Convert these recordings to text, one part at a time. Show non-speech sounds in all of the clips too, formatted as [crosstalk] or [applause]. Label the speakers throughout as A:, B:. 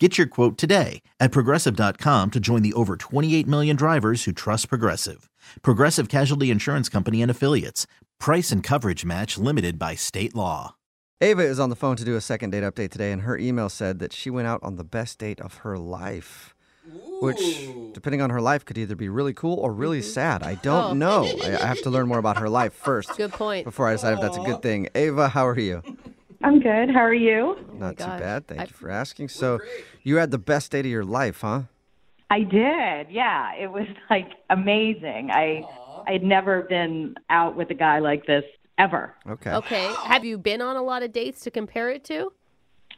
A: Get your quote today at progressive.com to join the over 28 million drivers who trust Progressive. Progressive Casualty Insurance Company and Affiliates. Price and coverage match limited by state law.
B: Ava is on the phone to do a second date update today, and her email said that she went out on the best date of her life. Which, depending on her life, could either be really cool or really
C: Mm-hmm.
B: sad. I don't
C: Oh.
B: know. I, I have to learn more about her life first
C: Good point.
B: before I decide if that's a good thing. Ava, how are you?
D: I'm good. How are you?
B: Not too
C: Oh gosh.
B: bad. Thank
C: I-
B: you for asking. So, you had the best date of your life, huh?
D: I did. Yeah, it was [laughs] like amazing. I I had never been out with a guy like this ever.
B: Okay.
C: Okay. Have you been on a lot of dates to compare it to?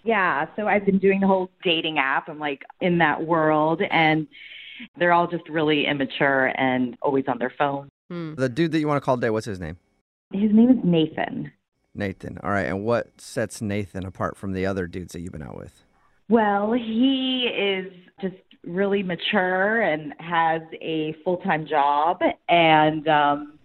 D: Yeah, so I've been doing the whole dating app. I'm like in that world and they're all just really immature and always on their phone.
C: Hmm.
B: The dude that you want to call today, what's his name?
D: His name is Nathan.
B: Nathan. All right. And what sets Nathan apart from the other dudes that you've been out with?
D: Well, he is just really mature and has a full-time job and um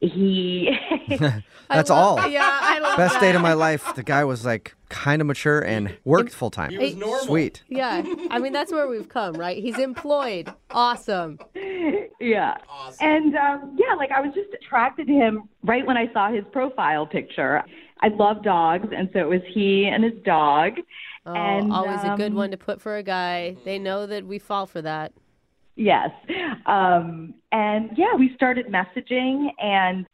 D: he [laughs]
C: I
B: That's
C: love-
B: all.
C: [laughs] Yeah, I love
B: Best
C: that.
B: date of my life. The guy was like kind of mature and worked full time.
C: was normal.
B: Sweet.
C: Yeah. I mean, that's where we've come, right? He's employed. Awesome.
D: [laughs] Yeah. And um, yeah, like I was just attracted to him right when I saw his profile picture. I love dogs, and so it was he and his dog.
C: Oh,
D: And,
C: always a good
D: um,
C: one to put for a guy. They know that we fall for that.
D: Yes. Um, and yeah, we started messaging and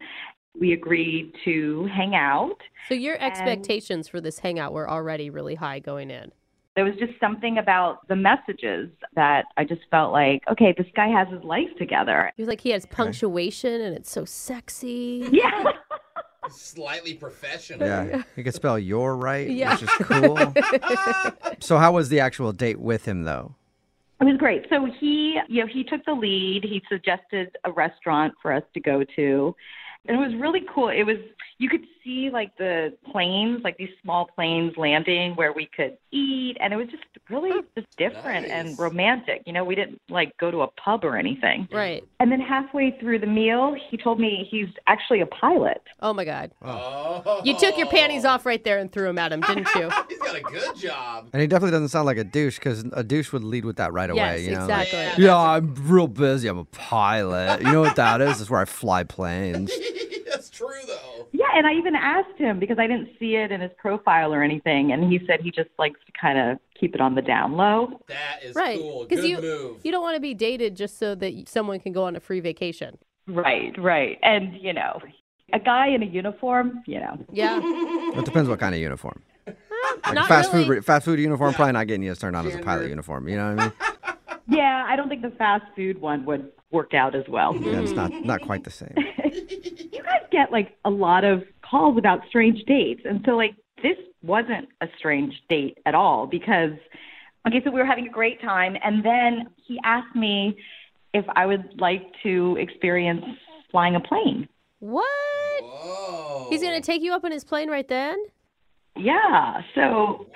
D: we agreed to hang out.
C: So your expectations for this hangout were already really high going in.
D: There was just something about the messages that I just felt like, okay, this guy has his life together. [laughs]
C: He was like, he has punctuation and it's so sexy.
D: Yeah.
E: slightly professional.
B: Yeah, you could spell your right,
C: Yeah.
B: which is cool. [laughs] so, how was the actual date with him, though?
D: It was great. So he, you know, he took the lead. He suggested a restaurant for us to go to. And it was really cool. It was you could see like the planes, like these small planes landing where we could eat and it was just really just different and
E: Nice.
D: romantic. You know, we didn't like go to a pub or anything.
C: Right.
D: And then halfway through the meal, he told me he's actually a pilot.
C: Oh my God.
E: Oh.
C: You took your panties off right there and threw them at him, didn't you?
E: He's got a good job. [laughs]
B: And he definitely doesn't sound like a douche because a douche would lead with that right
C: yes,
B: away. You know, like,
C: exactly.
B: yeah, I'm real busy. I'm a pilot. You know what that is? That's where I fly planes.
E: That's true though.
D: Yeah, and I even asked him because I didn't see it in his profile or anything and he said he just likes to kind of keep it on the down low.
E: That is
C: Right.
E: cool. Good
C: Because you
E: move.
C: you don't want to be dated just so that y- someone can go on a free vacation.
D: Right, right. And, you know, a guy in a uniform, you know.
C: Yeah.
E: [laughs]
B: It depends what kind of uniform. Like
C: Not
B: a fast
C: really.
B: food, fast food uniform, probably not getting you as turned on as a pilot uniform. You know what I mean?
D: Yeah, I don't think the fast food one would work out as well.
B: Yeah, it's not not quite the
C: [laughs]
B: same.
D: You guys get like a lot of calls about strange dates. And so, like, this wasn't a strange date at all because, okay, so we were having a great time. And then he asked me if I would like to experience flying a plane.
C: What?
E: Whoa.
C: He's gonna take you up on his plane right then?
D: Yeah. So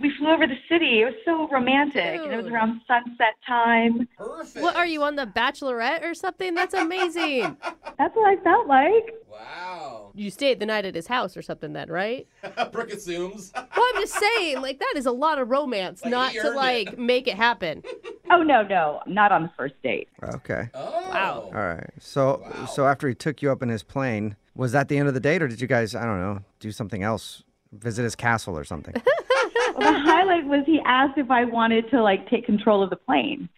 D: we flew over the city. It was so romantic. And it was
C: Dude.
D: around sunset time.
E: Perfect.
C: What are you on the Bachelorette or something? That's
E: [laughs]
C: amazing.
D: That's what I felt like.
E: Wow. [laughs]
C: you stayed the night at his house or something then, right?
E: Brooke assumes. Oh.
C: Well, I'm just saying, like that is a lot of romance,
E: Like,
C: not
E: he
C: to
E: earned it.
C: like make it happen.
D: Oh no, no, not on the first date.
B: Okay.
E: Oh.
C: Wow.
B: All right. So, so after he took you up in his plane, was that the end of the date, or did you guys, I don't know, do something else, visit his castle or something?
D: Well, the highlight was he asked if I wanted to like take control of the plane,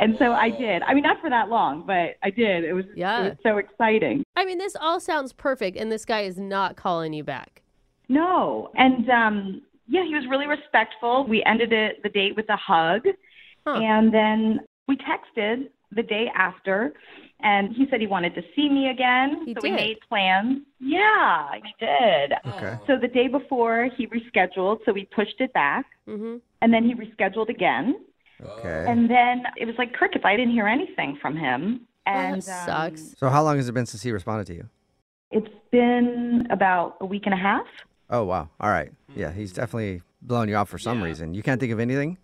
D: and so I did. I mean, not for that long, but I did. It was
C: Yeah.
D: it was so exciting.
C: I mean, this all sounds perfect, and this guy is not calling you back.
D: No, and um, yeah, he was really respectful. We ended it the date with a hug,
C: Huh.
D: and then we texted the day after, and he said he wanted to see me again.
C: He
D: so
C: did.
D: we made plans. Yeah, he did.
B: Okay.
D: So the day before he rescheduled, so we pushed it back.
C: hmm
D: And then he rescheduled again.
E: Oh.
B: Okay.
D: And then it was like crickets. I didn't hear anything from him. And
C: Oh,
D: um,
C: that sucks.
B: So how long has it been since he responded to you?
D: It's been about a week and a half.
B: Oh wow. All right. Yeah, he's definitely blowing you off for some reason. You can't think of anything?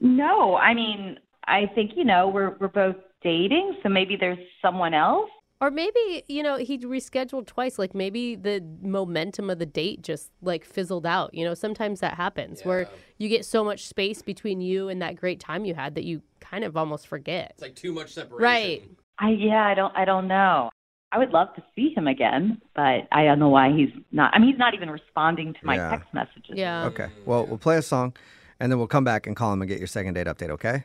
D: No, I mean, I think you know we're we're both dating, so maybe there's someone else.
C: Or maybe, you know, he rescheduled twice. Like maybe the momentum of the date just like fizzled out. You know, sometimes that happens where you get so much space between you and that great time you had that you kind of almost forget.
E: It's like too much separation.
C: Right.
D: I yeah, I don't I don't know. I would love to see him again, but I don't know why he's not. I mean, he's not even responding to my
B: Yeah.
D: text messages.
C: Yeah.
B: Okay. Well, we'll play a song and then we'll come back and call him and get your second date update, okay?